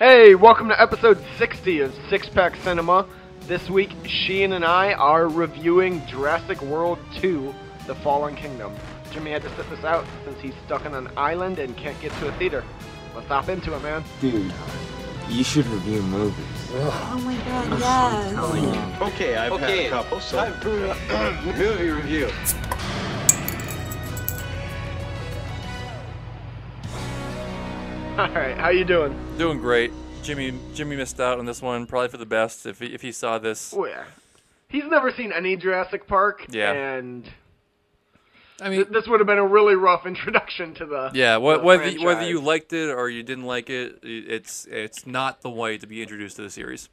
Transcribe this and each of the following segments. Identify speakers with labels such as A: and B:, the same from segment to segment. A: Hey, welcome to episode 60 of Six Pack Cinema. This week, Sheehan and I are reviewing Jurassic World 2 The Fallen Kingdom. Jimmy had to sit this out since he's stuck on an island and can't get to a theater. Let's hop into it, man.
B: Dude, you should review movies.
C: Oh my god, yes.
D: Okay, I've had a couple, so
E: Time for a movie review.
A: Alright, how you doing?
F: Doing great. Jimmy Jimmy missed out on this one, probably for the best. If he, if he saw this,
A: Oh, yeah. He's never seen any Jurassic Park,
F: Yeah.
A: and
F: I mean,
A: th- this would have been a really rough introduction to the.
F: yeah.
A: the
F: Wh- whether you- whether
A: franchise.
F: you liked it or you didn't like it, i- it's it's not the way to be introduced to the series.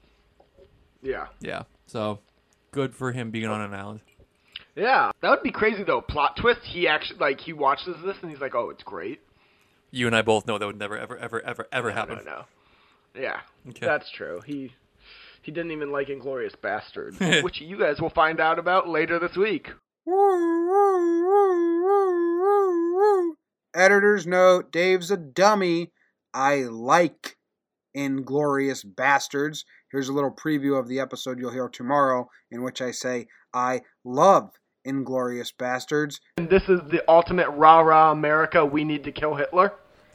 A: Yeah.
F: Yeah. So, good for him being on an island.
A: Yeah. That would be crazy, though. Plot twist. He actually, like, he watches this and he's like, oh, it's great.
F: You and I both know that would never, ever, ever, ever, ever
A: I
F: happen.
A: don't know. Yeah,
F: Okay.
A: that's true. He he didn't even like Inglorious Bastards, which you guys will find out about later this week.
G: Editor's note Dave's a dummy. I like Inglorious Bastards. Here's a little preview of the episode you'll hear tomorrow, in which I say, I love Inglorious Bastards.
A: And this is the ultimate rah rah America. We need to kill Hitler.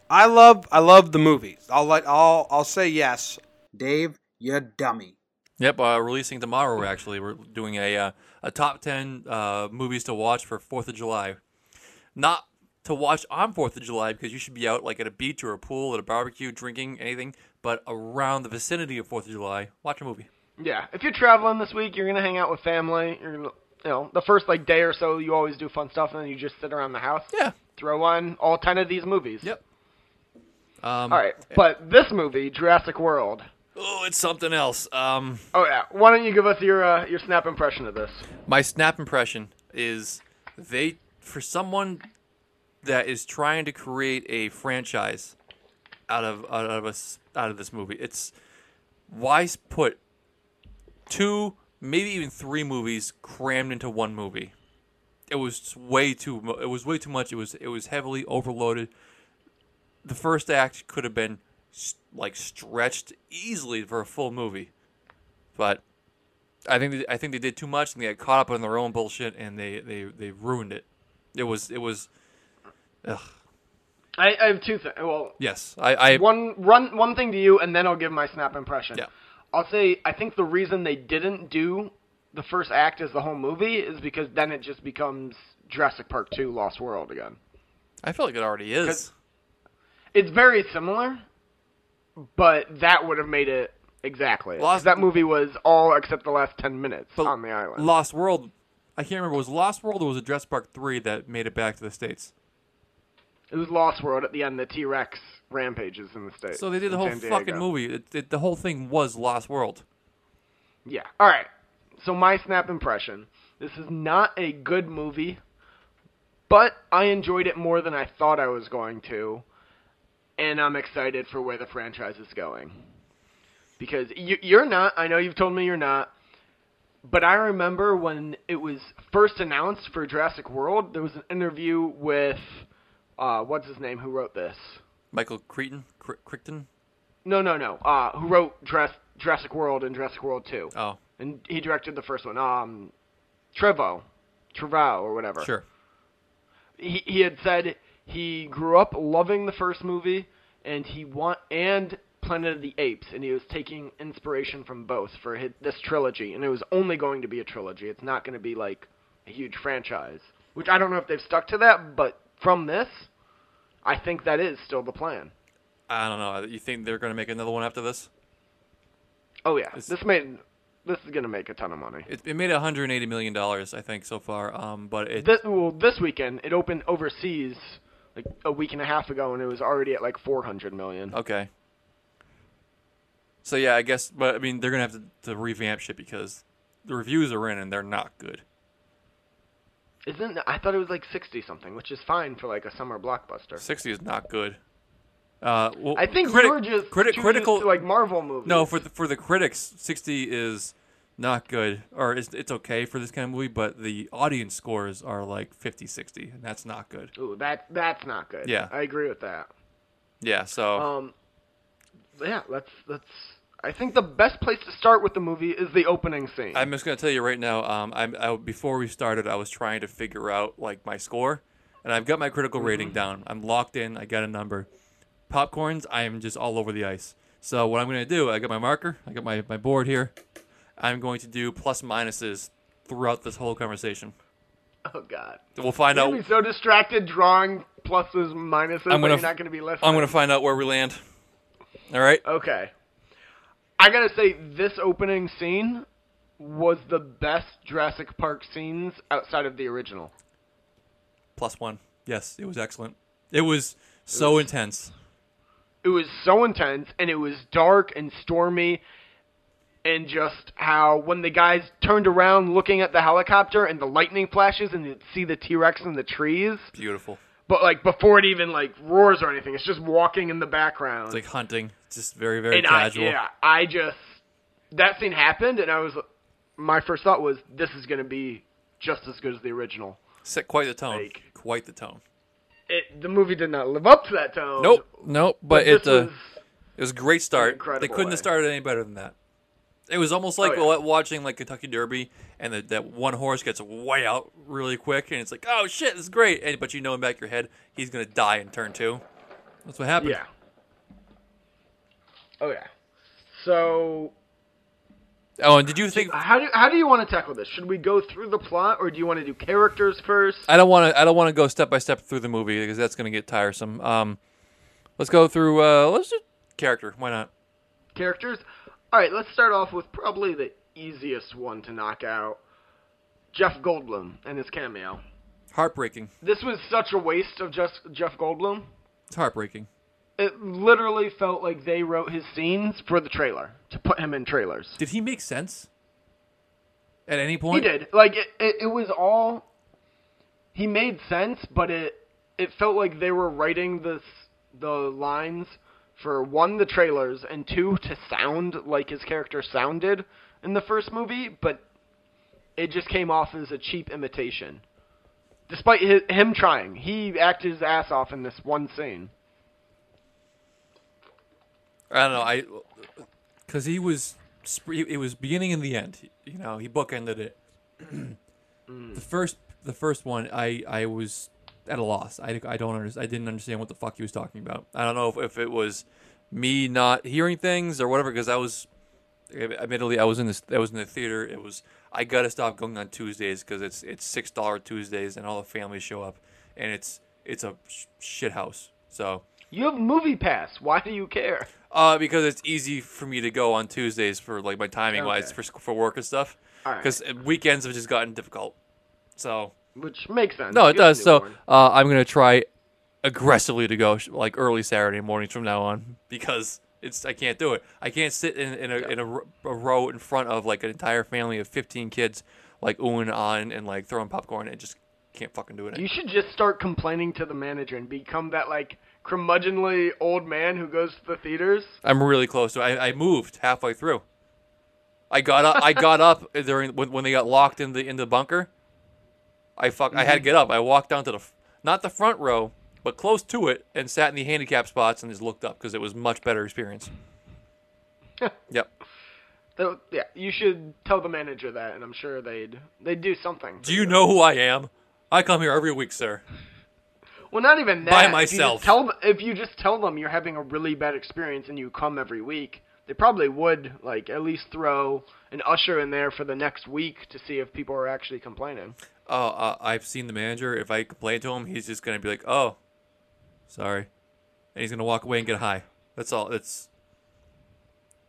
H: I love I love the movies. I'll let I'll I'll say yes.
G: Dave, you dummy.
F: Yep. Uh, releasing tomorrow. Actually, we're doing a uh, a top ten uh, movies to watch for Fourth of July. Not to watch on Fourth of July because you should be out like at a beach or a pool, at a barbecue, drinking anything, but around the vicinity of Fourth of July, watch a movie.
A: Yeah, if you're traveling this week, you're gonna hang out with family. You're gonna, you know, the first like day or so, you always do fun stuff, and then you just sit around the house.
F: Yeah.
A: Throw on all ten of these movies.
F: Yep. Um,
A: All right, but this movie, Jurassic World.
F: Oh, it's something else. Um,
A: Oh yeah, why don't you give us your uh, your snap impression of this?
F: my snap impression is they for someone that is trying to create a franchise out of out of us out of this movie. It's why s- put two, maybe even three movies crammed into one movie. It was way too. mu- It was way too much. It was it was heavily overloaded. The first act could have been s- like stretched easily for a full movie, but I think they, I think they did too much and they got caught up on their own bullshit and they they, they ruined it. It was it was
A: I, I have two things. Well,
F: yes. I, I
A: one run one thing to you and then I'll give my snap impression.
F: Yeah.
A: I'll say I think the reason they didn't do the first act as the whole movie is because then it just becomes Jurassic Park 2 Lost World again.
F: I feel like it already is.
A: It's very similar, but that would have made it exactly. 'Cause
F: Lost-
A: that movie was all except the last 10 minutes
F: But
A: on the island.
F: Lost World I can't remember was Lost World or was it Jurassic Park 3 that made it back to the states.
A: it was Lost World at the end the T-Rex rampages in the state.
F: So they did
A: in
F: the whole
A: San
F: fucking
A: Diego.
F: movie. It, it, the whole thing was Lost World.
A: Yeah. All right. So my snap impression: this is not a good movie, but I enjoyed it more than I thought I was going to, and I'm excited for where the franchise is going. Because you, you're not. I know you've told me you're not. But I remember when it was first announced for Jurassic World, there was an interview with, uh, what's his name, who wrote this?
F: Michael Crichton Cri- Crichton.
A: No, no, no. Uh, who wrote Jurass- Jurassic World and Jurassic World 2
F: Oh,
A: and he directed the first one. Um, Trevo, Trevo or whatever.
F: sure.
A: He he had said he grew up loving the first movie, and he want and Planet of the Apes, and he was taking inspiration from both for his, this trilogy, and it was only going to be a trilogy. It's not going to be like a huge franchise, which I don't know if they've stuck to that, but from this, I think that is still the plan.
F: I don't know. You think they're going to make another one after this?
A: Oh yeah,
F: It's-
A: this made this is going to make a ton of money.
F: It, it made 180 million dollars, I think, so far. Um, but it
A: this well this weekend it opened overseas like a week and a half ago and it was already at like 400 million
F: Okay. So yeah, I guess, but I mean, they're gonna have to, to revamp shit because the reviews are in and they're not good.
A: isn't i thought it was like 60 something which is fine for like a summer blockbuster
F: Sixty is not good. Uh, well,
A: i think
F: critic-
A: we were just
F: critic-
A: too used
F: critical.
A: to, like marvel movies
F: no, for the, for the critics, sixty is not good, or it's, it's okay for this kind of movie, but the audience scores are like 50, 60, and that's not good.
A: Ooh, that that's not good
F: Yeah.
A: i agree with that
F: Yeah, so
A: um yeah, let's let's. I think the best place to start with the movie is the opening scene.
F: I'm just gonna tell you right now. Um, I'm I, before we started, I was trying to figure out like my score, and I've got my critical
A: Mm-hmm.
F: rating down. I'm locked in. I got a number. Popcorns. I am just all over the ice. So what I'm gonna do? I got my marker. I got my my board here. I'm going to do plus minuses throughout this whole conversation.
A: oh God,
F: We'll find
A: you'll
F: out.
A: be so distracted drawing pluses minuses.
F: I'm
A: that
F: gonna
A: you're not
F: f-
A: gonna be listening.
F: I'm gonna find out where we land. All right.
A: Okay. I gotta say, this opening scene was the best Jurassic Park scenes outside of the original.
F: Plus one. Yes, it was excellent. It was so intense.
A: It was so intense, and it was dark and stormy, and just how when the guys turned around looking at the helicopter and the lightning flashes, and you'd see the T Rex in the trees,
F: Beautiful.
A: but like before it even like roars or anything, it's just walking in the background.
F: It's like hunting. Just very very
A: and
F: casual.
A: I, yeah, I just that scene happened, and I was my first thought was this is gonna be just as good as the original.
F: Set quite the tone.
A: Like-
F: quite the tone.
A: It, the movie did not live up to that tone.
F: Nope, nope. But,
A: Oh, this
F: it uh,
A: was-
F: it was a great start. They
A: incredible
F: couldn't
A: way. Oh,
F: have started any better than that. It was almost like
A: yeah.
F: wa- watching like Kentucky Derby, and the, that one horse gets way out really quick, and it's like, oh shit, this is great. And, but you know in back of your head, he's gonna die in turn two. That's what happened.
A: yeah. Oh yeah. So
F: Oh, and did you think?
A: how do how do you want to tackle this? Should we go through the plot, or do you want to do characters first?
F: I don't want to. I don't want to go step by step through the movie because that's gonna get tiresome. Um, let's go through. Uh, let's do character. Why not?
A: characters. All right, let's start off with probably the easiest one to knock out: Jeff Goldblum and his cameo.
F: Heartbreaking.
A: This was such a waste of just Jeff Goldblum.
F: It's heartbreaking.
A: It literally felt like they wrote his scenes for the trailer to put him in trailers.
F: Did he make sense? At any
A: He
F: point?
A: did. Like it, it, it was all. He made sense, but it it felt like they were writing this the lines for one the trailers and two to sound like his character sounded in the first movie, but it just came off as a cheap imitation. Despite hi him trying, he acted his ass off in this one scene.
F: I don't know. I because he was sp- it was beginning and the end. You know, he bookended it. the first the first one, I I was at a loss. I, I don't understand. I didn't understand what the fuck he was talking about. I don't know if, if it was me not hearing things or whatever. Because I was eh, admittedly I was in this I was in the theater. It was I gotta stop going on Tuesdays because it's it's six dollar Tuesdays and all the families show up and it's it's a sh- shit house. So
A: You have movie pass. Why do you care?
F: uh, because it's easy for me to go on Tuesdays for like my timing wise
A: Okay.
F: for sc- for work and stuff.
A: Alright.
F: Because weekends have just gotten difficult. So
A: Which makes sense.
F: no, it
A: You have a
F: does. So
A: newborn.
F: uh, I'm gonna try aggressively to go sh- like early Saturday mornings from now on because it's I can't do it. I can't sit in, in a in a, ro- a row in front of like an entire family of 15 kids like oohing and on and like throwing popcorn and just can't fucking do it.
A: You should just start complaining to the manager and become that like curmudgeonly old man who goes to the theaters.
F: I'm really close to. I, I moved halfway through. I got up. I got up during when, when they got locked in the in the bunker. I fuck. I had to get up. I walked down to the f- not the front row, but close to it, and sat in the handicap spots and just looked up because it was much better experience. yep.
A: So yeah, you should tell the manager that, and I'm sure they'd they'd do something.
F: Do you know who I am? I come here every week, sir.
A: Well, not even that.
F: By
A: If you just
F: myself.
A: tell th- if you just tell them you're having a really bad experience and you come every week, they probably would like at least throw an usher in there for the next week to see if people are actually complaining.
F: Oh, uh, I've seen the manager. If I complain to him, he's just gonna be like, "Oh, sorry," and he's gonna walk away and get high. That's all. It's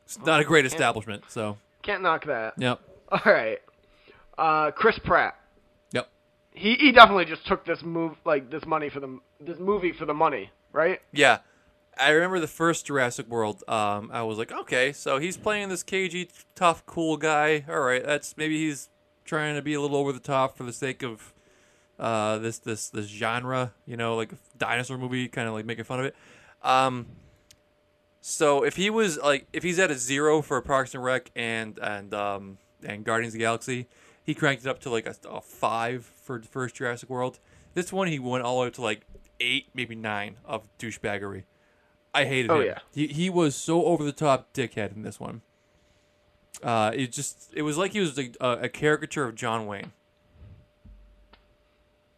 F: it's not a great establishment. So
A: Can't knock that.
F: yep.
A: All right, uh, Chris Pratt.
F: Yep.
A: He he definitely just took this move like this money for the this movie for the money, right?
F: Yeah. I remember the first Jurassic World. Um, I was like, okay, so he's playing this cagey, tough, cool guy. All right, that's maybe he's trying to be a little over the top for the sake of uh, this this this genre. You know, like a dinosaur movie, kind of like making fun of it. Um, so if he was like, if he's at a zero for Parks and Rec and and um, and Guardians of the Galaxy, he cranked it up to like a, a five for the first Jurassic World. This one he went all the way up to like eight, maybe nine of douchebaggery. I hated
A: Oh,
F: him.
A: yeah.
F: He he was so over the top dickhead in this one. Uh, it just it was like he was a, a caricature of John Wayne.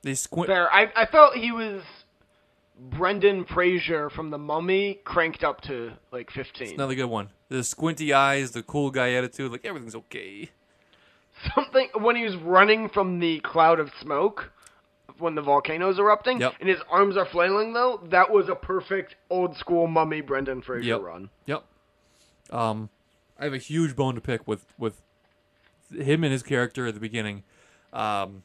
F: They squint.
A: Fair. I I felt he was Brendan Fraser from The Mummy cranked up to like 15.
F: Another good one. The squinty eyes, the cool guy attitude, like everything's okay.
A: Something when he was running from the cloud of smoke when the volcano's erupting
F: Yep.
A: and his arms are flailing though, that was a perfect old school Mummy Brendan Fraser
F: Yep.
A: run.
F: Yep. Um, I have a huge bone to pick with with him and his character at the beginning. Um,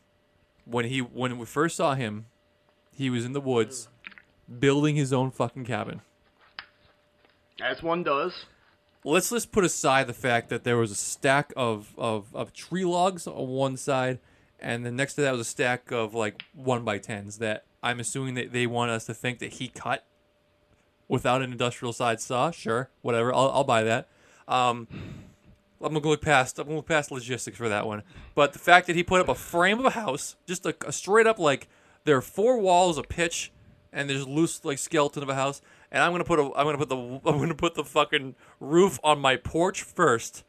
F: when he when we first saw him, he was in the woods, building his own fucking cabin.
A: As one does.
F: let's just put aside the fact that there was a stack of, of, of tree logs on one side, and then next to that was a stack of like one by tens that I'm assuming that they want us to think that he cut without an industrial side saw. Sure, whatever, I'll, I'll buy that. Um, I'm gonna look past I'm gonna look past logistics for that one, but the fact that he put up a frame of a house, just a, a straight up like there are four walls of pitch, and there's loose like skeleton of a house, and I'm gonna put a I'm gonna put the I'm gonna put the fucking roof on my porch first,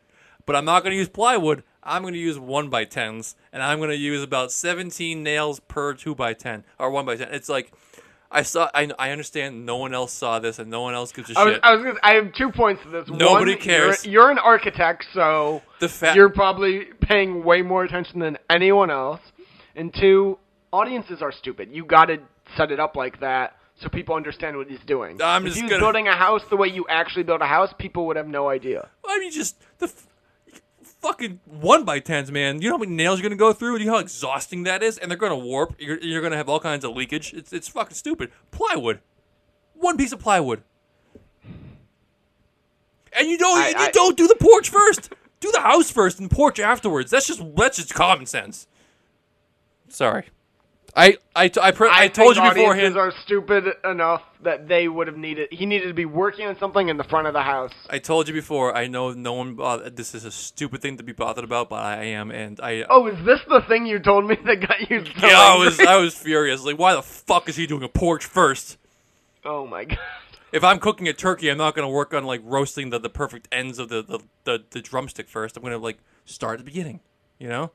F: but I'm not gonna use plywood. I'm gonna use one by tens, and I'm gonna use about 17 nails per two by ten or one by ten. It's like. I saw. I, I understand. No one else saw this, and no one else gives a
A: I was,
F: shit.
A: I was gonna, I have two points to this.
F: Nobody
A: One,
F: cares.
A: You're, you're an architect, so
F: the fact
A: you're probably paying way more attention than anyone else. And two, audiences are stupid. You gotta set it up like that so people understand what he's doing.
F: I'm
A: if
F: just
A: he was
F: gonna-
A: building a house the way you actually build a house, people would have no idea.
F: I mean, just the f- fucking one by tens, man. You know how many nails you're gonna go through. Do you know how exhausting that is? And they're gonna warp. You're, you're gonna have all kinds of leakage. It's it's fucking stupid. Plywood, one piece of plywood, and you don't
A: I-
F: you
A: I-
F: don't do the porch first. do the house first and porch afterwards. That's just that's just common sense. Sorry. I I, I, pre- I, told you
A: think
F: beforehand.
A: Audiences are stupid enough that they would have needed. He needed to be working on something in the front of the house.
F: I told you before. I know no one. Bother- this is a stupid thing to be bothered about, but I am, and I.
A: Oh, is this the thing you told me that got you? So
F: yeah, I was
A: angry?
F: I was furious. Like, why the fuck is he doing a porch first?
A: Oh my god.
F: If I'm cooking a turkey, I'm not gonna work on like roasting the, the perfect ends of the, the, the, the drumstick first. I'm gonna like start at the beginning. You know?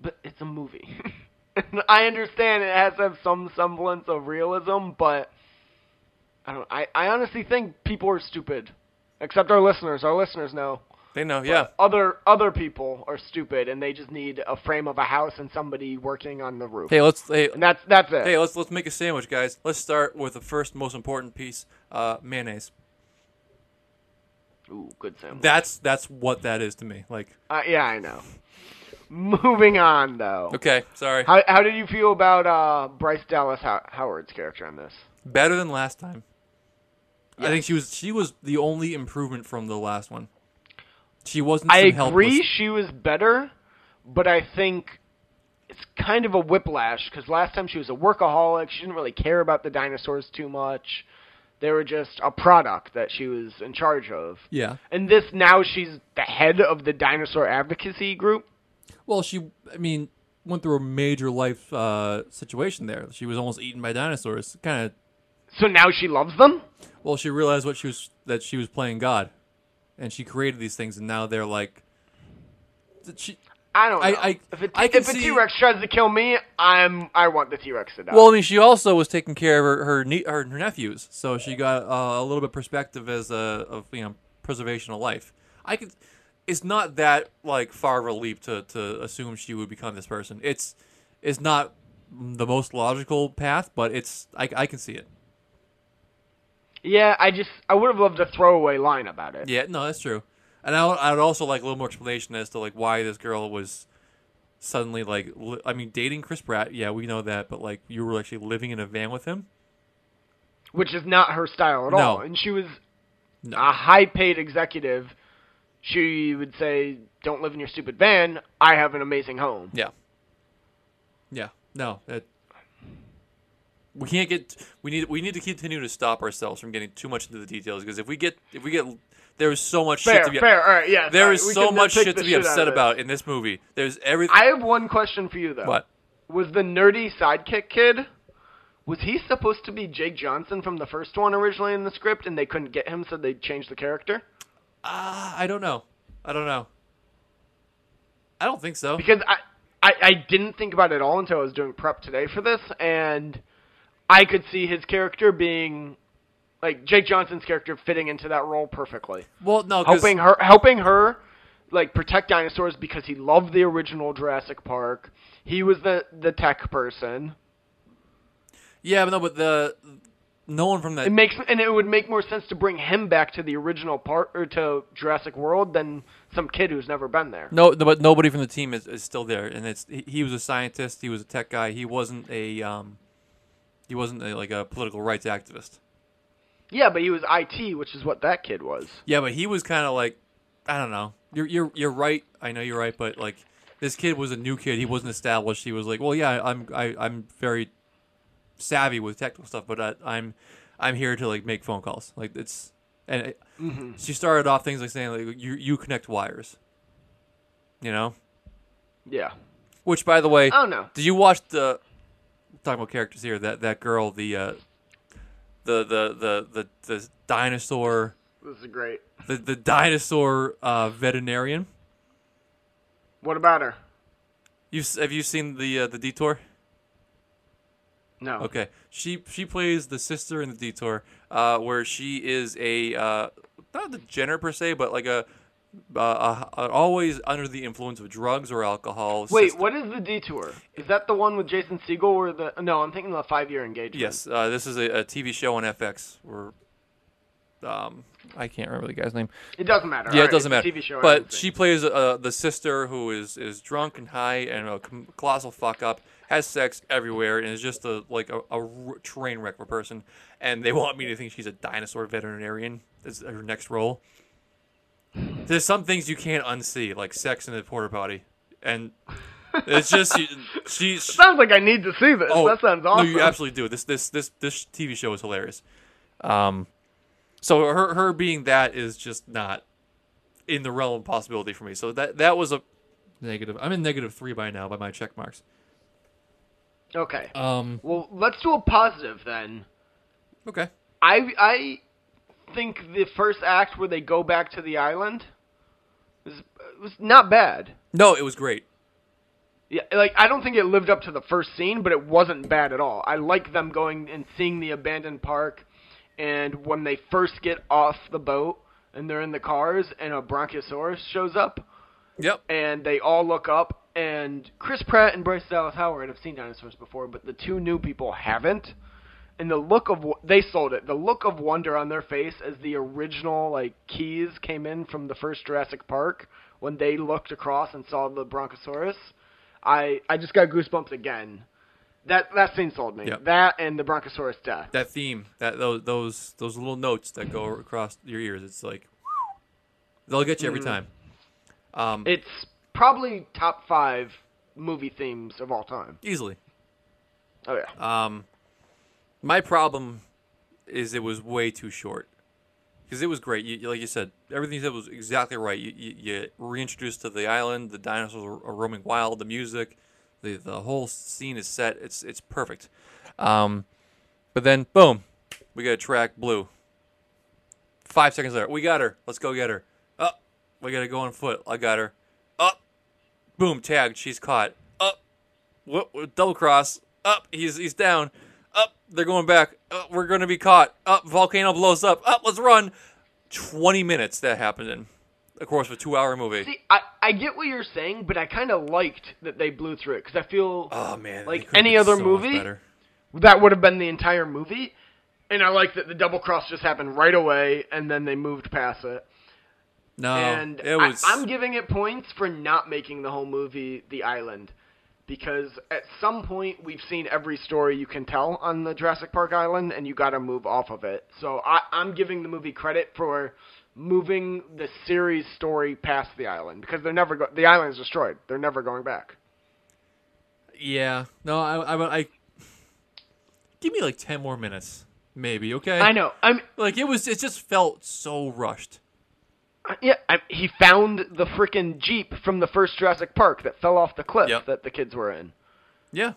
A: but it's a movie. And I understand it has to have some semblance of realism, but I don't. I, I honestly think people are stupid, except our listeners. Our listeners know.
F: They know, yeah.
A: Other other people are stupid, and they just need a frame of a house and somebody working on the roof.
F: Hey, let's hey,
A: and that's that's it.
F: hey let's let's make a sandwich, guys. Let's start with the first most important piece, uh, mayonnaise.
A: Ooh, good sandwich.
F: That's that's what that is to me. Like,
A: Uh, yeah, I know. Moving on though.
F: okay, sorry.
A: How how did you feel about uh, Bryce Dallas How- Howard's character in this?
F: Better than last time. I think she was she was the only improvement from the last one. She wasn't.
A: I
F: some
A: agree
F: helpless-
A: she was better, but I think it's kind of a whiplash because last time she was a workaholic. She didn't really care about the dinosaurs too much. They were just a product that she was in charge of.
F: Yeah.
A: And this now she's the head of the dinosaur advocacy group.
F: Well, she, I mean, went through a major life uh, situation there. She was almost eaten by dinosaurs. Kind
A: So now she loves them?
F: of. Well, she realized what she was that she was playing God, and she created these things, and now they're like. that She,
A: I don't know.
F: I- I-
A: if a,
F: I can
A: if a
F: see-
A: T-Rex tries to kill me, I'm I want the T-Rex to die.
F: well, I mean, she also was taking care of her her, nie- her, her nephews, so she got uh, a little bit perspective as a of you know preservation of life. I could. It's not that like far of a leap to to assume she would become this person. It's it's not the most logical path, but it's I, I can see it.
A: yeah, I just I would have loved a throwaway line about it.
F: Yeah, no, that's true. And I would, I would also like a little more explanation as to like why this girl was suddenly like li- I mean dating Chris Pratt. Yeah, we know that, but like you were actually living in a van with him.
A: which is not her style at
F: No.
A: all. And she was
F: No.
A: a high paid executive. She would say, Don't live in your stupid van. I have an amazing home.
F: Yeah. Yeah. No. That we can't get we need we need to continue to stop ourselves from getting too much into the details because if we get if we get there is so much
A: Fair,
F: shit to be
A: fair. All right, yeah.
F: there
A: sorry,
F: is
A: we
F: so
A: can
F: much
A: nitpick
F: shit
A: the
F: to be
A: out of
F: upset
A: this.
F: about in this movie. There's everything
A: I have one question for you, though.
F: what
A: Was the nerdy sidekick kid, Was he supposed to be Jake Johnson from the first one originally in the script, and they couldn't get him, so they changed the character?
F: Uh, I don't know. I don't know. I don't think so.
A: Because I, I, I didn't think about it at all until I was doing prep today for this, and I could see his character being, like Jake Johnson's character fitting into that role perfectly,
F: well, no, 'cause-
A: helping her, helping her, like protect dinosaurs because he loved the original Jurassic Park. He was the the tech person.
F: yeah, but no, but the no one from that
A: It makes and it would make more sense to bring him back to the original part or to Jurassic World than some kid who's never been there.
F: No, no, but nobody from the team is, is still there, and it's he, he was a scientist, he was a tech guy, he wasn't a um, he wasn't a, like a political rights activist.
A: Yeah, but he was IT, which is what that kid was.
F: Yeah, but he was kind of like, I don't know. You're you're you're right. I know you're right, but like this kid was a new kid. He wasn't established. He was like, well, yeah, I'm I, I'm very savvy with technical stuff, but I, I'm I'm here to like make phone calls. Like it's and it, she started off things like saying like you you connect wires, you know.
A: Yeah.
F: Which, by the way,
A: I don't know.
F: Did you watch the talking about characters here? That that girl, the uh, the, the the the the dinosaur,
A: This is great.
F: the the dinosaur uh, veterinarian.
A: What about her?
F: You s- have you seen the uh, the detour?
A: No.
F: Okay, she she plays the sister in the detour, uh, where she is a uh, not a degenerate per se, but like a, uh, a, a always under the influence of drugs or alcohol.
A: Wait,
F: system.
A: what is the detour? Is that the one with Jason Segel or the No, I'm thinking of the 5-year engagement.
F: Yes, uh, this is a, a TV show on FX. Where, um, I can't remember the guy's name.
A: It doesn't matter. All
F: Yeah, it
A: right,
F: doesn't
A: it's
F: matter.
A: a TV show I haven't
F: but
A: seen.
F: she plays uh, the sister who is is drunk and high and a com- colossal fuck up, has sex everywhere, and is just a like a, a r- train wreck of a person. And they want me to think she's a dinosaur veterinarian. That's her next role. There's some things you can't unsee, like sex in a porta potty, and it's just you, she. she
A: Sounds like I need to see this. that sounds awesome.
F: Oh, No, you absolutely do. This this this this TV show is hilarious. Um, so her her being that is just not in the realm of possibility for me. So that that was a negative. I'm in negative three by now by my check marks.
A: Okay.
F: Um,
A: Well, let's do a positive then.
F: okay.
A: I I think the first act where they go back to the island was was not bad.
F: No, it was great.
A: Yeah, like I don't think it lived up to the first scene, but it wasn't bad at all. I like them going and seeing the abandoned park, and when they first get off the boat and they're in the cars, and a bronchiosaurus shows up,
F: Yep.
A: and they all look up. And Chris Pratt and Bryce Dallas Howard have seen dinosaurs before, but the two new people haven't. And the look of wo- they sold it. The look of wonder on their face as the original like keys came in from the first Jurassic Park when they looked across and saw the Bronchosaurus. I I just got goosebumps again. That that scene sold me.
F: Yep.
A: That and the Bronchosaurus death.
F: That theme, that those those those little notes that go across your ears, it's like they'll get you every
A: Mm-hmm.
F: time. Um,
A: It's probably top five movie themes of all time.
F: easily.
A: Oh yeah.
F: Um, my problem is it was way too short because it was great. You, you- like you said, everything you said was exactly right. You, you, you reintroduced to the island, the dinosaurs are, are roaming wild, the music, the the whole scene is set. It's it's perfect. Um, but then boom, we got a track blue. Five seconds later, we got her. Let's go get her. Up, we gotta go on foot. I got her. Up, boom, tagged. She's caught. Up, Whoop, whoop, double cross. Up, he's he's down. Up, they're going back. Up, we're going to be caught. Up, volcano blows up. Up, let's run. Twenty minutes that happened in, of course, a two-hour movie.
A: See, I, I get what you're saying, but I kind of liked that they blew through it because I feel
F: oh man, they
A: like
F: could've
A: any
F: been
A: other
F: so much
A: movie?
F: better.
A: that would have been the entire movie. And I like that the double cross just happened right away, and then they moved past it.
F: No,
A: and
F: Oh, it was.
A: I, I'm giving it points for not making the whole movie the island, because at some point we've seen every story you can tell on the Jurassic Park island, and you got to move off of it. So I, I'm giving the movie credit for moving the series story past the island because they're never go- the island is destroyed. They're never going back.
F: yeah, no, I, I, I. Give me like ten more minutes, maybe. Okay.
A: I know. I'm
F: Like it was, it just felt so rushed.
A: Yeah, I, he found the freaking jeep from the first Jurassic Park that fell off the cliff
F: Yep.
A: that the kids were in.
F: Yeah.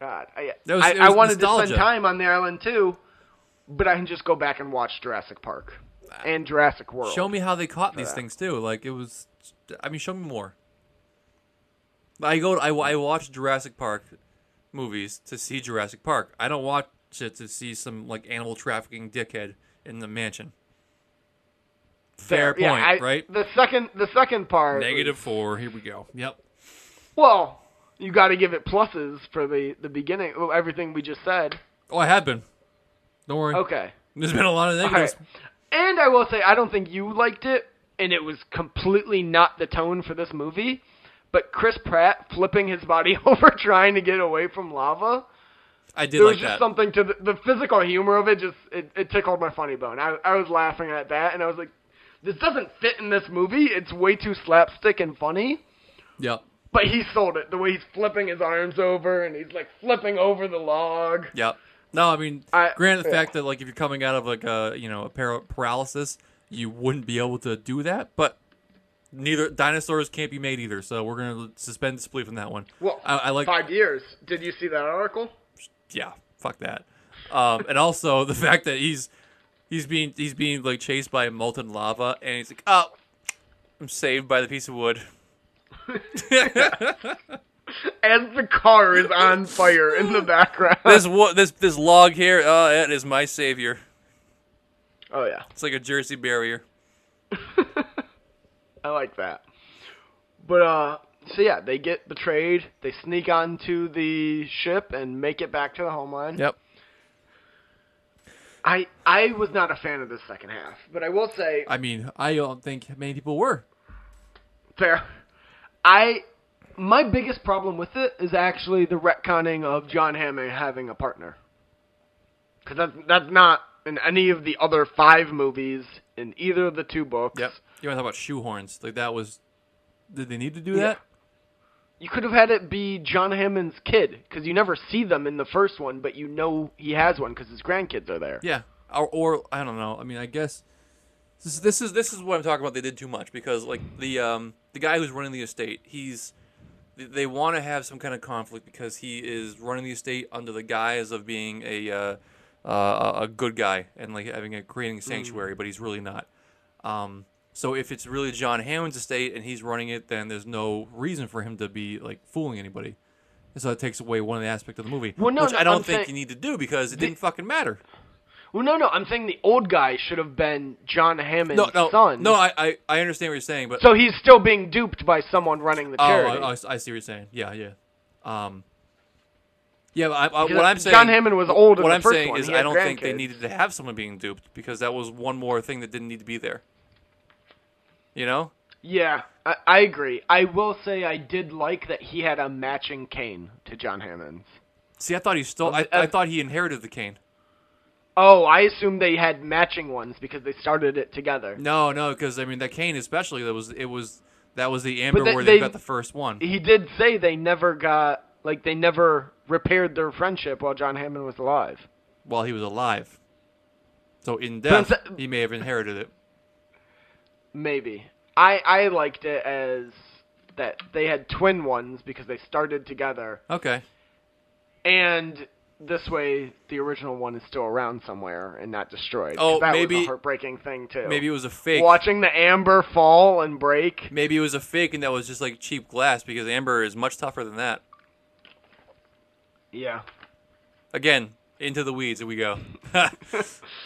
A: God, I
F: That was-
A: I,
F: it
A: I
F: was
A: wanted to
F: nostalgia.
A: spend time on the island too, but I can just go back and watch Jurassic Park and Jurassic World.
F: Show me how they caught these things too. Like it was, I mean, show me more. I go, I, I watch Jurassic Park movies to see Jurassic Park. I don't watch it to see some like animal trafficking dickhead in the mansion. Fair
A: Yeah,
F: point,
A: I-
F: right?
A: The second the second part
F: Negative four. Here we go. Yep.
A: Well, you got to give it pluses for the the beginning. Well, everything we just said.
F: Oh, I have been. Don't worry.
A: Okay.
F: There's been a lot of
A: All
F: negatives.
A: right. And I will say, I don't think you liked it, and it was completely not the tone for this movie. But Chris Pratt flipping his body over trying to get away from lava.
F: I did
A: There was
F: like
A: just
F: that.
A: something to the, the physical humor of it. Just it, it tickled my funny bone. I I was laughing at that, and I was like, this doesn't fit in this movie. It's way too slapstick and funny.
F: Yep.
A: But he sold it the way he's flipping his arms over and he's like flipping over the log.
F: Yep. No, I mean,
A: I-
F: granted the
A: yeah.
F: fact that like if you're coming out of like a you know a para- paralysis, you wouldn't be able to do that. But neither dinosaurs can't be made either, so we're gonna suspend disbelief on that one.
A: Well,
F: I, I like
A: five years. Did you see that article?
F: yeah, fuck that. Um, and also the fact that he's he's being he's being like chased by molten lava, and he's like, oh, I'm saved by the piece of wood.
A: As the car is on fire in the background.
F: this wo- this this log here, oh, it is my savior.
A: Oh yeah,
F: It's like a Jersey barrier.
A: I like that. But uh, so yeah, they get betrayed. They sneak onto the ship and make it back to the homeland.
F: Yep.
A: I I was not a fan of this second half, but I will say
F: I mean, I don't think many people were.
A: Fair. I my biggest problem with it is actually the retconning of John Hammond having a partner. Because that's that's not in any of the other five movies in either of the two books.
F: Yep. You want to talk about shoehorns? Like that was. Did they need to do
A: Yeah.
F: that?
A: You could have had it be John Hammond's kid, because you never see them in the first one, but you know he has one because his grandkids are there.
F: Yeah. Or, or I don't know. I mean, I guess this is, this is this is what I'm talking about. They did too much because like the um the guy who's running the estate, he's they want to have some kind of conflict because he is running the estate under the guise of being a uh, uh, a good guy and like having a creating a
A: Mm.
F: sanctuary, but he's really not. Um, so if it's really John Hammond's estate and he's running it, then there's no reason for him to be like fooling anybody. And so that takes away one of the aspects of the movie,
A: Well, no,
F: which
A: no,
F: I don't
A: I'm
F: think
A: saying-
F: you need to do because it didn't fucking matter.
A: Well, no, no, I'm saying the old guy should have been John Hammond's
F: no, no,
A: son.
F: No, I, I, I understand what you're saying, but
A: so he's still being duped by someone running the
F: oh,
A: charity.
F: I, I see what you're saying. Yeah, yeah, um, yeah. But I, I,
A: Because
F: what I'm saying,
A: John Hammond was old in
F: What
A: the
F: I'm
A: first
F: saying
A: one.
F: is,
A: He
F: I
A: had
F: don't think they
A: grandkids.
F: needed to have someone being duped because that was one more thing that didn't need to be there. You know,
A: Yeah, I, I agree. I will say I did like that he had a matching cane to John Hammond's.
F: see, I thought he stole. I, I thought he inherited the cane.
A: Oh, I assume they had matching ones because they started it together.
F: No, no, because I mean that cane, especially that was it was that was the amber
A: they-
F: where
A: they-
F: they got the first one.
A: He did say they never got like they never repaired their friendship while John Hammond was alive.
F: while he was alive. So in
A: I'm
F: death,
A: sa-
F: he may have inherited it.
A: Maybe. I I liked it as that they had twin ones because they started together
F: Okay.
A: and this way the original one is still around somewhere and not destroyed. 'Cause
F: Oh,
A: that was
F: maybe-
A: a heartbreaking thing too.
F: Maybe it was a fake.
A: Watching the amber fall and break.
F: Maybe it was a fake and that was just like cheap glass because amber is much tougher than that.
A: Yeah.
F: Again, into the weeds. Here we go.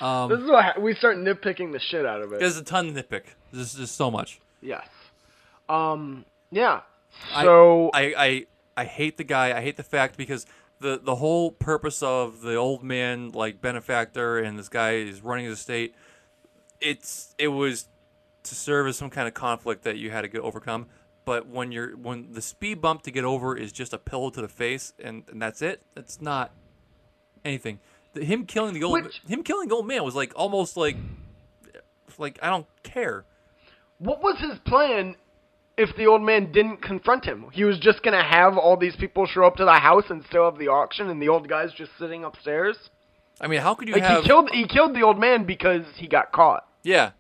F: Um,
A: This is what ha- we start nitpicking the shit out of it.
F: There's a ton to nitpick. There's just so much.
A: Yes. Um. Yeah.
F: I-
A: So
F: I, I I hate the guy. I hate the fact because the the whole purpose of the old man like benefactor and this guy is running his estate. It's it was to serve as some kind of conflict that you had to get overcome. But when you're when the speed bump to get over is just a pillow to the face and, and that's it. That's not anything. The, him killing the old
A: Which-
F: him killing the old man was like almost like like I don't care.
A: what was his plan? If the old man didn't confront him, he was just gonna have all these people show up to the house and still have the auction, and the old guy's just sitting upstairs.
F: I mean, how could you
A: Like
F: have
A: he killed, he killed the old man because he got caught.
F: Yeah.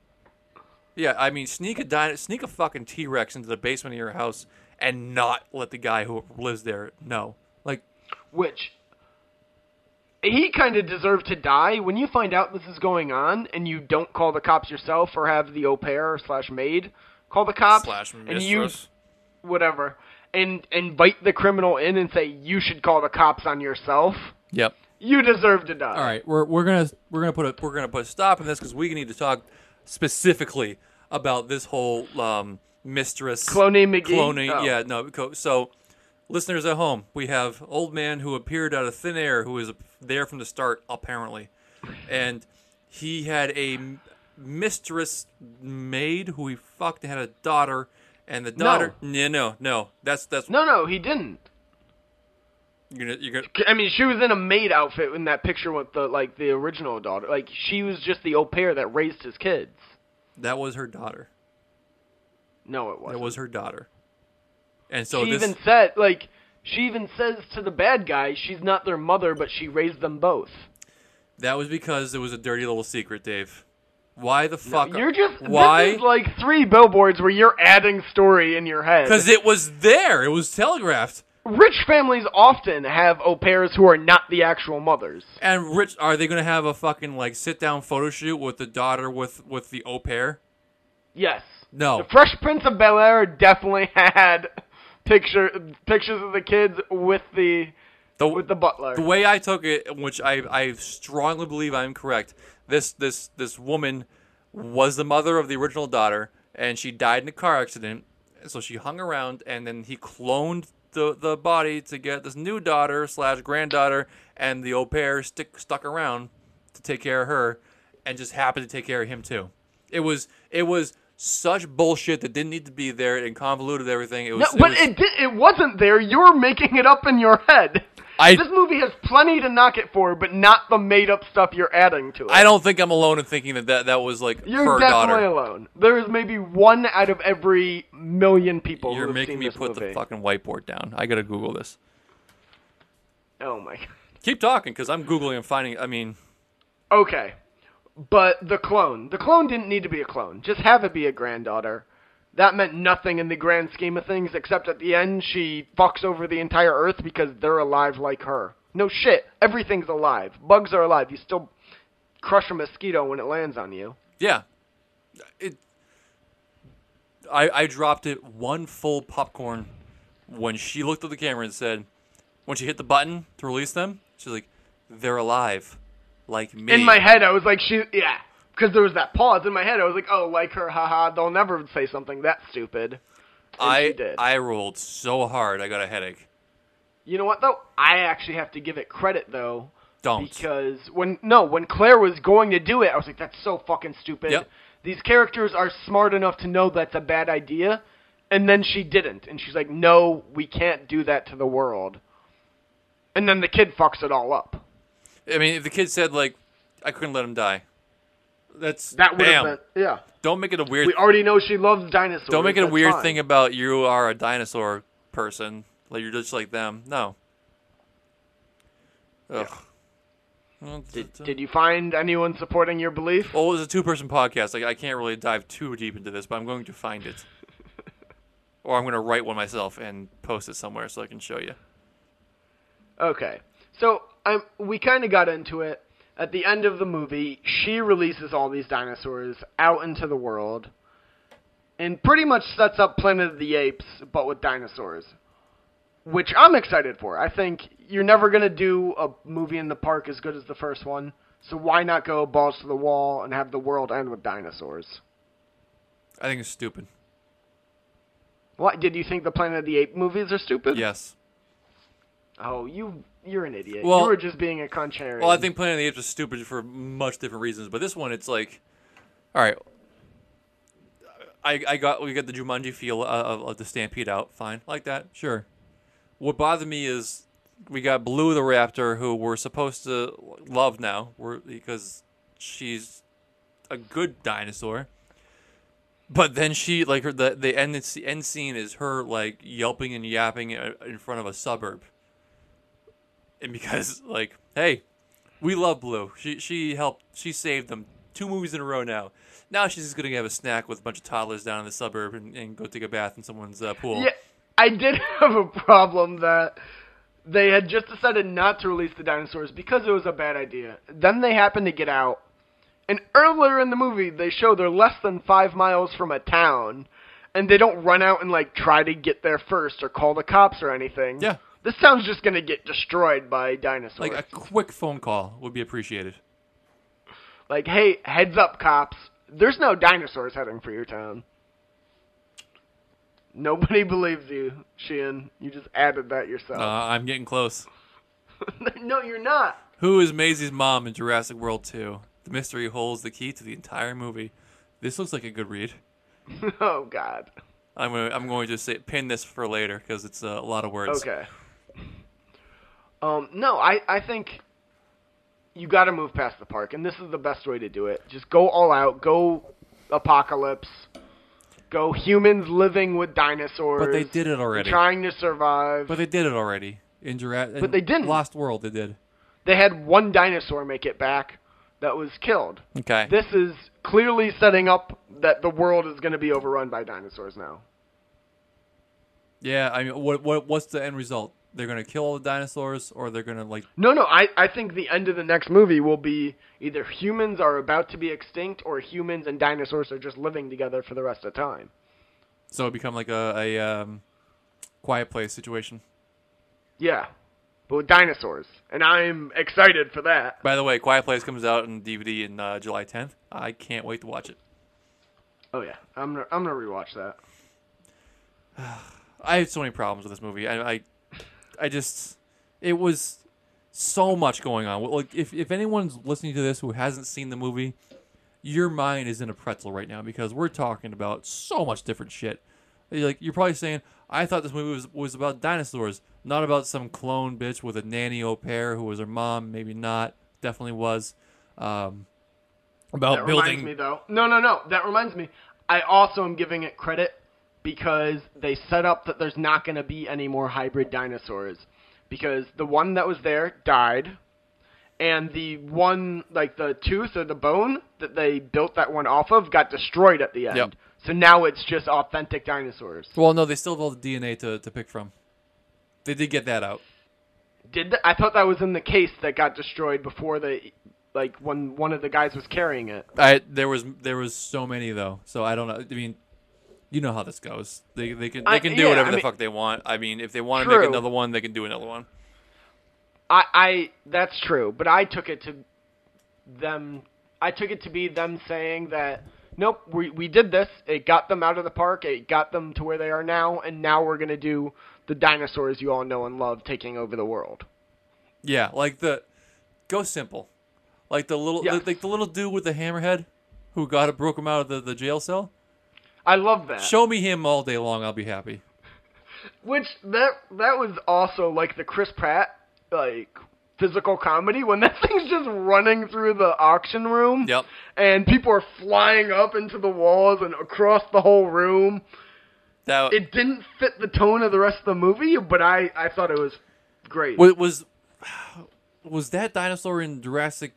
F: Yeah, I mean, sneak a dino, sneak a fucking T Rex into the basement of your house and not let the guy who lives there know. Like,
A: Which he kind of deserved to die. When you find out this is going on and you don't call the cops yourself or have the au pair slash maid call the cops
F: Slash
A: and you
F: mistress.
A: whatever and invite the criminal in and say you should call the cops on yourself,
F: Yep.
A: you deserve to die.
F: All right, we're we're gonna we're gonna put a we're gonna put a stop in this because we need to talk specifically about this whole um, mistress
A: Cloney McGee?
F: Cloney,
A: Oh.
F: yeah, no. co- So, listeners at home, we have old man who appeared out of thin air, who was there from the start apparently, and he had a m- mistress maid who he fucked and had a daughter, and the daughter, yeah, no, no, that's that's
A: No, no, he didn't.
F: you're gonna, you're gonna
A: I mean, she was in a maid outfit in that picture with the like the original daughter. Like she was just the au pair that raised his kids.
F: that was her daughter,
A: No, it wasn't.
F: that was her daughter, and so
A: she
F: this
A: even said like she even says to the bad guy she's not their mother, but she raised them both.
F: That was because it was a dirty little secret, Dave. Why the fuck?
A: You're just
F: why?
A: This is like three billboards where you're adding story in your head.
F: Because it was there. It was telegraphed.
A: rich families often have au pairs who are not the actual mothers.
F: And Rich, are they gonna have a fucking like sit down photo shoot with the daughter with with the au pair?
A: Yes.
F: No.
A: The Fresh Prince of Bel Air definitely had picture pictures of the kids with the
F: The,
A: with the butler.
F: the way I took it, which I I strongly believe I'm correct. This this this woman was the mother of the original daughter, and she died in a car accident. And So she hung around, and then he cloned the the body to get this new daughter slash granddaughter, and the au pair stick stuck around to take care of her, and just happened to take care of him too. It was it was such bullshit that didn't need to be there and convoluted everything. It was,
A: No, but
F: was-
A: it did, it wasn't there. You're making it up in your head.
F: I-
A: this movie has plenty to knock it for, but not the made up stuff you're adding to it.
F: I don't think I'm alone in thinking that that, that was like
A: You're
F: her
A: definitely
F: daughter.
A: alone. There is maybe one out of every million people. who
F: You're
A: have
F: making
A: seen
F: me
A: this
F: put
A: movie.
F: the fucking whiteboard down. I gotta Google this.
A: Oh my. God.
F: Keep talking, cause I'm googling and finding. I mean,
A: Okay, but the clone. The clone didn't need to be a clone. Just have it be a granddaughter. That meant nothing in the grand scheme of things, except at the end she fucks over the entire Earth because they're alive like her. No shit, everything's alive. Bugs are alive. You still crush a mosquito when it lands on you.
F: yeah, it. I I dropped it one full popcorn when she looked at the camera and said, when she hit the button to release them, she's like, "They're alive, like me."
A: In my head, I was like, she, yeah, because there was that pause. In my head, I was like, oh, like her, haha. They'll never say something that stupid. And
F: I
A: she did.
F: I rolled so hard, I got a headache.
A: You know what though? I actually have to give it credit though.
F: Don't.
A: Because when no, when Claire was going to do it, I was like, that's so fucking stupid.
F: Yep.
A: These characters are smart enough to know that's a bad idea, and then she didn't, and she's like, no, we can't do that to the world. And then the kid fucks it all up.
F: I mean, if the kid said like, "I couldn't let him die," that's
A: That would
F: bam.
A: have been yeah.
F: Don't make it a weird.
A: We already know she loves dinosaurs.
F: Don't make it a
A: that's
F: weird
A: fine.
F: thing about you are a dinosaur person. Like you're just like them. No. Ugh. Well, it's-
A: Did,
F: it's a-
A: did you find anyone supporting your belief?
F: well, it was a two-person podcast. Like I can't really dive too deep into this, but I'm going to find it, or I'm going to write one myself and post it somewhere so I can show you.
A: Okay. So I'm, we kind of got into it. At the end of the movie, she releases all these dinosaurs out into the world and pretty much sets up Planet of the Apes, but with dinosaurs, which I'm excited for. I think you're never going to do a movie in the park as good as the first one, so why not go balls to the wall and have the world end with dinosaurs?
F: I think it's stupid.
A: What did you think the Planet of the Apes movies are stupid?
F: Yes.
A: Oh, you you're an idiot.
F: Well-
A: you were just being a contrarian.
F: Well, I think Planet of the Apes is stupid for much different reasons, but this one, it's like, all right, I, I got we got the Jumanji feel uh, of, of the Stampede out, fine, like that, sure. What bothered me is we got Blue the Raptor, who we're supposed to love now, we're, because she's a good dinosaur. But then she like her the the end it's the end scene is her like yelping and yapping uh, in front of a suburb. And because like hey, we love Blue. She she helped. She saved them two movies in a row now. Now she's just gonna have a snack with a bunch of toddlers down in the suburb and, and go take a bath in someone's uh, pool.
A: Yeah, I did have a problem that They had just decided not to release the dinosaurs because it was a bad idea. Then they happened to get out. And earlier in the movie, they show they're less than five miles from a town, and they don't run out and like try to get there first or call the cops or anything.
F: Yeah.
A: this town's just gonna get destroyed by dinosaurs.
F: Like a quick phone call would be appreciated.
A: like, hey, heads up, cops! There's no dinosaurs heading for your town. Nobody believes you, Sheehan. You just added that yourself.
F: Uh, I'm getting close.
A: no, you're not.
F: Who is Maisie's mom in Jurassic World 2? The mystery holds the key to the entire movie. This looks like a good read.
A: oh God.
F: I'm gonna, I'm going to say pin this for later because it's uh, a lot of words.
A: Okay. Um, no, I, I think you got to move past the park, and this is the best way to do it. Just go all out. Go apocalypse. Go humans living with dinosaurs.
F: But they did it already.
A: Trying to survive.
F: But they did it already in Jurassic.
A: But they didn't.
F: Lost World. They did.
A: they had one dinosaur make it back that was killed.
F: Okay.
A: This is clearly setting up that the world is going to be overrun by dinosaurs now.
F: yeah. I mean, what what what's the end result? They're gonna kill all the dinosaurs, or they're gonna like
A: No, no, I, I think the end of the next movie will be either humans are about to be extinct or humans and dinosaurs are just living together for the rest of time.
F: so it become like a a um, quiet place situation.
A: Yeah. But with dinosaurs. And I'm excited for that.
F: By the way, Quiet Place comes out on DVD in uh, July 10th. I can't wait to watch it.
A: Oh yeah. I'm gonna, I'm going to rewatch that.
F: I had so many problems with this movie. I, I, I just, it was so much going on. Like, if, if anyone's listening to this who hasn't seen the movie, your mind is in a pretzel right now because we're talking about so much different shit. You're Like, you're probably saying, I thought this movie was, was about dinosaurs, not about some clone bitch with a nanny au pair who was her mom. Maybe not. Definitely was. Um, about
A: That
F: building.
A: reminds me though. No, no, no. That reminds me. I also am giving it credit because they set up that there's not going to be any more hybrid dinosaurs because the one that was there died and the one like the tooth or the bone that they built that one off of got destroyed at the end.
F: Yep.
A: So now it's just authentic dinosaurs.
F: Well, no, they still have all the DNA to, to pick from. They did get that out.
A: Did th- I thought that was in the case that got destroyed before they like when one of the guys was carrying it.
F: I there was there was so many though, so I don't know. I mean, you know how this goes. They they can
A: I-
F: they can do
A: yeah,
F: whatever
A: I
F: the
A: mean-
F: fuck they want. I mean, if they want to
A: True.
F: make another one, they can do another one.
A: I, I that's true, but I took it to them. I took it to be them saying that nope, we we did this. It got them out of the park. It got them to where they are now, and now we're gonna do the dinosaurs you all know and love taking over the world.
F: Yeah, like the go simple, like the little
A: Yeah.
F: like the little dude with the hammerhead who got it broke him out of the, the jail cell.
A: I love that.
F: Show me him all day long, I'll be happy.
A: Which that that was also like the Chris Pratt like physical comedy when that thing's just running through the auction room.
F: Yep.
A: And people are flying up into the walls and across the whole room.
F: That
A: it didn't fit the tone of the rest of the movie, but I, I thought it was great.
F: was was, was that dinosaur in Jurassic.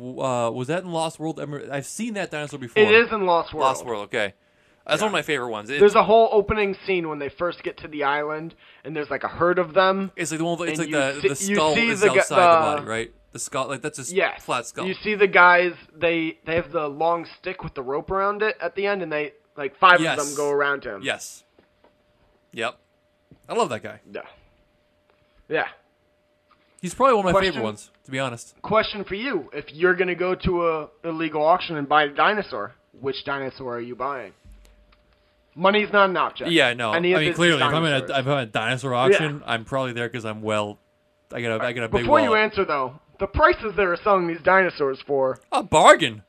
F: Uh, was that in Lost World? I remember- I've seen that dinosaur before.
A: it is in Lost World.
F: Lost World. Okay, that's one of my favorite ones. It-
A: There's a whole opening scene when they first get to the island, and there's like a herd of them.
F: It's like the one.
A: And
F: It's like
A: you
F: the,
A: see-
F: the
A: you
F: skull
A: see
F: is
A: the gu-
F: outside the,
A: the-
F: body, right? The skull, like that's just
A: Yes,
F: flat skull.
A: You see the guys. They they have the long stick with the rope around it at the end, and they like five
F: Yes.
A: of them go around him.
F: Yes. Yep. I love that guy.
A: Yeah. Yeah.
F: He's probably one of my
A: Question?
F: favorite ones, to be honest.
A: Question for you: If you're gonna go to a illegal auction and buy a dinosaur, which dinosaur are you buying? Money's not an object.
F: Yeah, no. I
A: Any of
F: mean,
A: this is
F: clearly, if I'm in a,
A: dinosaurs.
F: if I'm at a dinosaur auction, I'm probably there because I'm well. I got a, I got a big
A: Before you
F: wallet.
A: answer, though, the prices they were selling these dinosaurs for.
F: a bargain.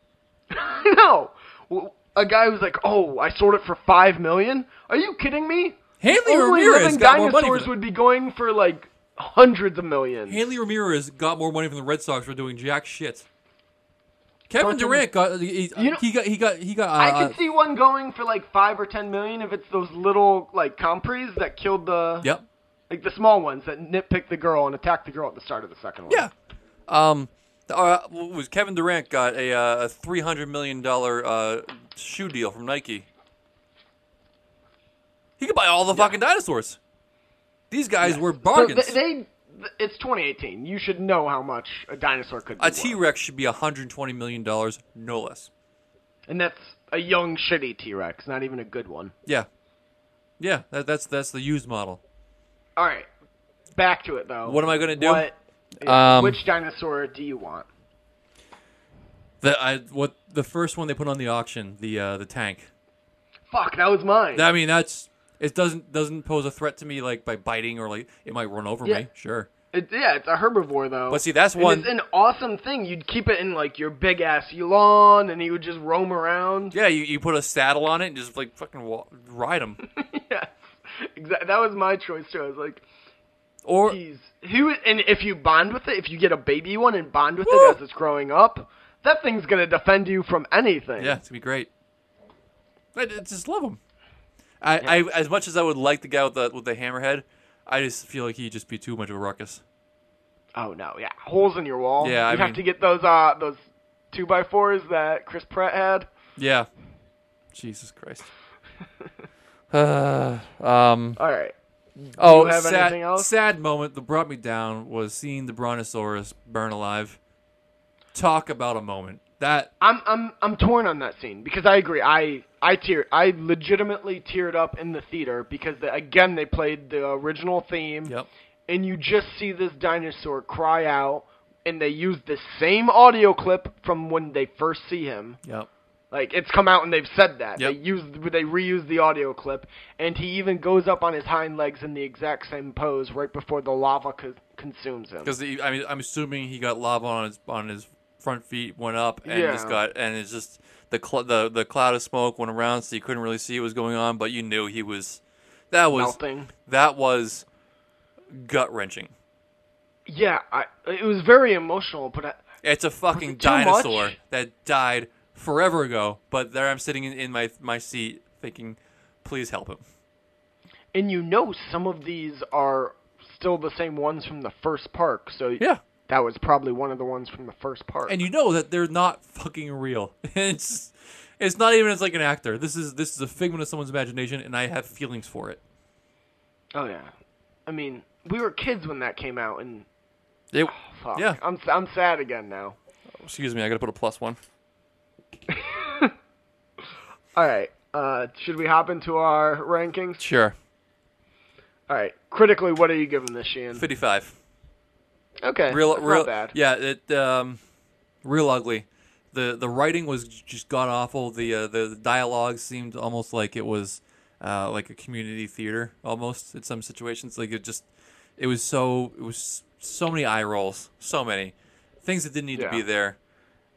A: no, W- a guy was like, "Oh, I sold it for five million. Are you kidding me?
F: Hanley
A: Only
F: Ramirez
A: living
F: got more money.
A: dinosaurs
F: From
A: would be going for like hundreds of millions.
F: Hanley Ramirez got more money from the Red Sox for doing jack shit. Kevin
A: Fucking-
F: Durant got he,
A: You know-
F: he got he got he got. Uh,
A: I
F: uh,
A: could see one going for like five or ten million if it's those little like compreys that killed the
F: Yep.
A: like the small ones that nitpicked the girl and attacked the girl at the start of the second one.
F: Yeah. Um, uh, what was Kevin Durant got a, uh, a three hundred million dollar uh, shoe deal from Nike? He could buy all the fucking dinosaurs. These guys were bargains.
A: So they, they, it's 2018. You should know how much a dinosaur could. Be
F: a
A: worth.
F: T Rex should be 120 million dollars, no less.
A: and that's a young shitty T Rex, not even a good one.
F: Yeah, yeah. That, that's that's the used model.
A: All right, back to it though.
F: What am I gonna do?
A: What,
F: Um,
A: which dinosaur do you want?
F: The I what the first one they put on the auction, the uh, the tank.
A: Fuck, that was mine.
F: I mean, that's it doesn't doesn't pose a threat to me like by biting or like it might run over
A: Yeah.
F: me. Sure.
A: It- yeah, it's a herbivore though.
F: But see, that's
A: And
F: one-
A: It's an awesome thing. You'd keep it in like your big ass lawn, and he would just roam around.
F: Yeah, you, you put a saddle on it and just like fucking wa- ride him.
A: yes, exactly. That was my choice too. I was like,
F: Or
A: he's he would, and if you bond with it, if you get a baby one and bond with
F: Woo!
A: it as it's growing up, that thing's gonna defend you from anything.
F: yeah, it's gonna be great. I, I just love him. I, I as much as I would like the guy with the with the hammerhead, I just feel like he'd just be too much of a ruckus.
A: Oh no, yeah, holes in your wall.
F: Yeah, I
A: you
F: mean-
A: have to get those uh those two by fours that Chris Pratt had.
F: Yeah. Jesus Christ. Uh, um.
A: All right.
F: Oh,
A: have
F: sad,
A: anything else?
F: sad moment that brought me down was seeing the brontosaurus burn alive. Talk about a moment that
A: I'm I'm I'm torn on that scene because I agree. I I tear I legitimately teared up in the theater because the, again they played the original theme.
F: Yep.
A: And you just see this dinosaur cry out and they use the same audio clip from when they first see him.
F: Yep.
A: Like it's come out and they've said that.
F: Yep.
A: They used they reused the audio clip and he even goes up on his hind legs in the exact same pose right before the lava co- consumes him.
F: because I mean I'm assuming he got lava on his on his front feet, went up and just
A: Yeah.
F: got and it's just the cl- the the cloud of smoke went around, so you couldn't really see what was going on, but you knew he was. That was
A: Melting.
F: that was gut wrenching.
A: Yeah, I, it was very emotional, but I,
F: It's a fucking
A: too much?
F: dinosaur that died forever ago, but there I'm sitting in, in my my seat thinking, please help him.
A: and you know some of these are still the same ones from the first park so
F: Yeah.
A: that was probably one of the ones from the first park
F: And you know that they're not fucking real. it's it's not even as like an actor. This is this is a figment of someone's imagination and I have feelings for it.
A: oh yeah i mean we were kids when that came out and
F: It-
A: fuck
F: Yeah.
A: i'm, I'm sad again now
F: excuse me, I gotta put a plus one.
A: all right uh, should we hop into our rankings
F: Sure.
A: all right critically what are you giving this Sheehan?
F: Fifty five.
A: okay
F: Real
A: that's
F: real
A: not bad
F: Yeah, it um real ugly. The the writing was j- just god awful. The uh, the, the dialogue seemed almost like it was uh, like a community theater almost in some situations. Like it just it was so it was so many eye rolls, so many things that didn't need to
A: Yeah.
F: be there.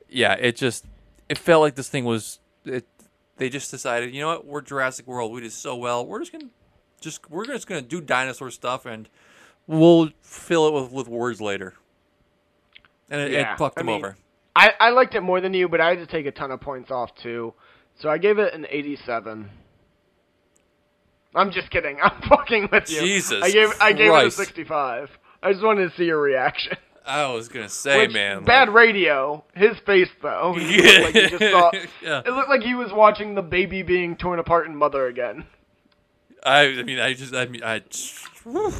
F: Yeah, it just it felt like this thing was it. They just decided, you know what? We're Jurassic World. We did so well. We're just gonna just we're just gonna do dinosaur stuff and we'll fill it with, with words later. And it,
A: Yeah,
F: it fucked
A: I
F: them
A: mean-
F: over.
A: I, I liked it more than you but i had to take a ton of points off too so i gave it an 87 i'm just kidding i'm fucking with you
F: Jesus
A: i gave i gave it a
F: Christ.
A: 65 i just wanted to see your reaction
F: I was gonna say,
A: Which,
F: man,
A: bad
F: like,
A: radio his face though he looked like he just saw,
F: Yeah.
A: it looked like he was watching the baby being torn apart in mother again
F: I, I mean, I just, I mean, I. whew.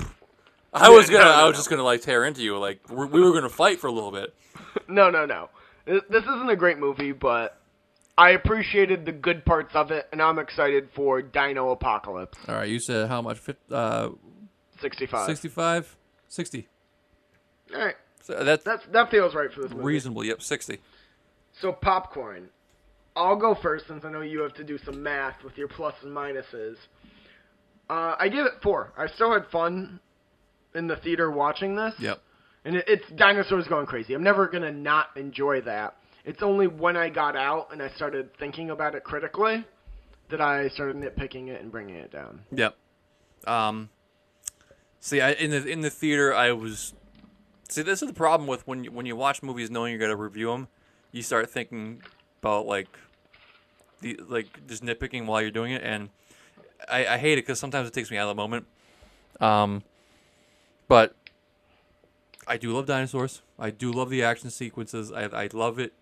F: I was
A: no,
F: gonna,
A: no,
F: I
A: no.
F: was just gonna like tear into you. Like we we were gonna fight for a little bit.
A: no no no this this isn't a great movie but i appreciated the good parts of it and i'm excited for dino apocalypse
F: All right, you said how much? Fif- Uh,
A: 65
F: sixty-five, sixty.
A: all right
F: So that's
A: That's that feels right for this movie.
F: reasonable. Yep, sixty.
A: So popcorn. I'll go first since I know you have to do some math with your plus and minuses. Uh, I give it four. I still had fun in the theater watching this.
F: Yep.
A: And it, it's dinosaurs going crazy. I'm never gonna not enjoy that. It's only when I got out and I started thinking about it critically that I started nitpicking it and bringing it down.
F: Yep. Um. See, I, in the in the theater, I was. See, this is the problem with when you, when you watch movies, knowing you're gonna review them, you start thinking about like, the like just nitpicking while you're doing it, and I, I hate it because sometimes it takes me out of the moment. Um. But. I do love dinosaurs. I do love the action sequences. I I love it.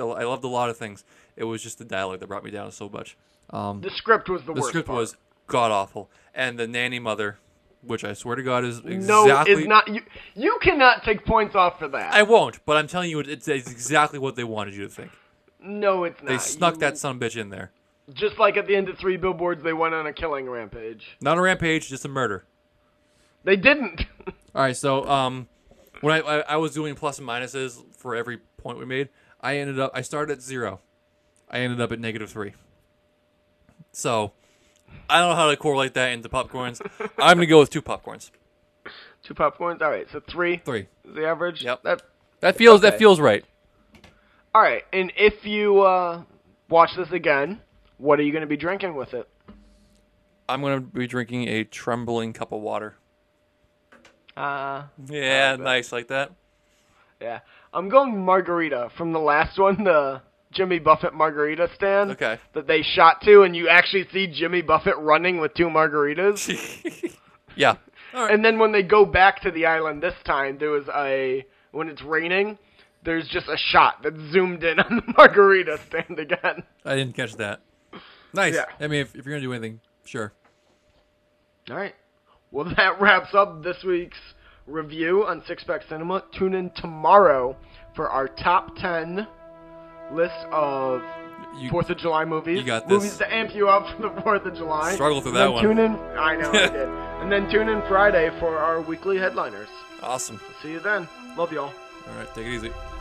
F: I loved a lot of things. It was just the dialogue that brought me down so much. Um,
A: The script was the,
F: the
A: worst.
F: script
A: part.
F: was god awful, and the nanny mother which I swear to God is exactly
A: No, it's not. You, you cannot take points off for that.
F: I won't, but I'm telling you, it's, it's exactly what they wanted you to think.
A: no, it's not.
F: They snuck
A: Ah, You-
F: that son bitch in there.
A: Just like at the end of Three Billboards, they went on a killing rampage.
F: Not a rampage, just a murder.
A: They didn't.
F: All right, so um, when I, I I was doing plus and minuses for every point we made, I ended up I started at zero, I ended up at negative three. So, I don't know how to correlate that into popcorns. I'm gonna go with two popcorns,
A: Two popcorns. All right, so three
F: three.
A: is the average.
F: Yep.
A: That,
F: That feels that
A: Okay.
F: feels right.
A: all right, and if you uh, watch this again, what are you going to be drinking with it?
F: I'm gonna be drinking a trembling cup of water.
A: Uh,
F: Yeah, nice like that.
A: yeah. I'm going margarita from the last one, the Jimmy Buffett margarita stand
F: Okay.
A: that they shot to, and you actually see Jimmy Buffett running with two margaritas.
F: yeah. All right.
A: And then when they go back to the island this time, there was a when it's raining, there's just a shot that's zoomed in on the margarita stand again.
F: I didn't catch that. Nice.
A: Yeah.
F: I mean, if, if you're gonna do anything, sure.
A: All right. Well, that wraps up this week's review on Six Pack Cinema. Tune in tomorrow for our top ten list of
F: You
A: Fourth of July movies.
F: you got
A: Movies
F: this.
A: to amp you up for the Fourth of July.
F: Struggle through
A: And then
F: that one.
A: Tune in. I know I did. And then tune in Friday for our weekly headliners.
F: awesome.
A: See you then. Love y'all.
F: All right, take it easy.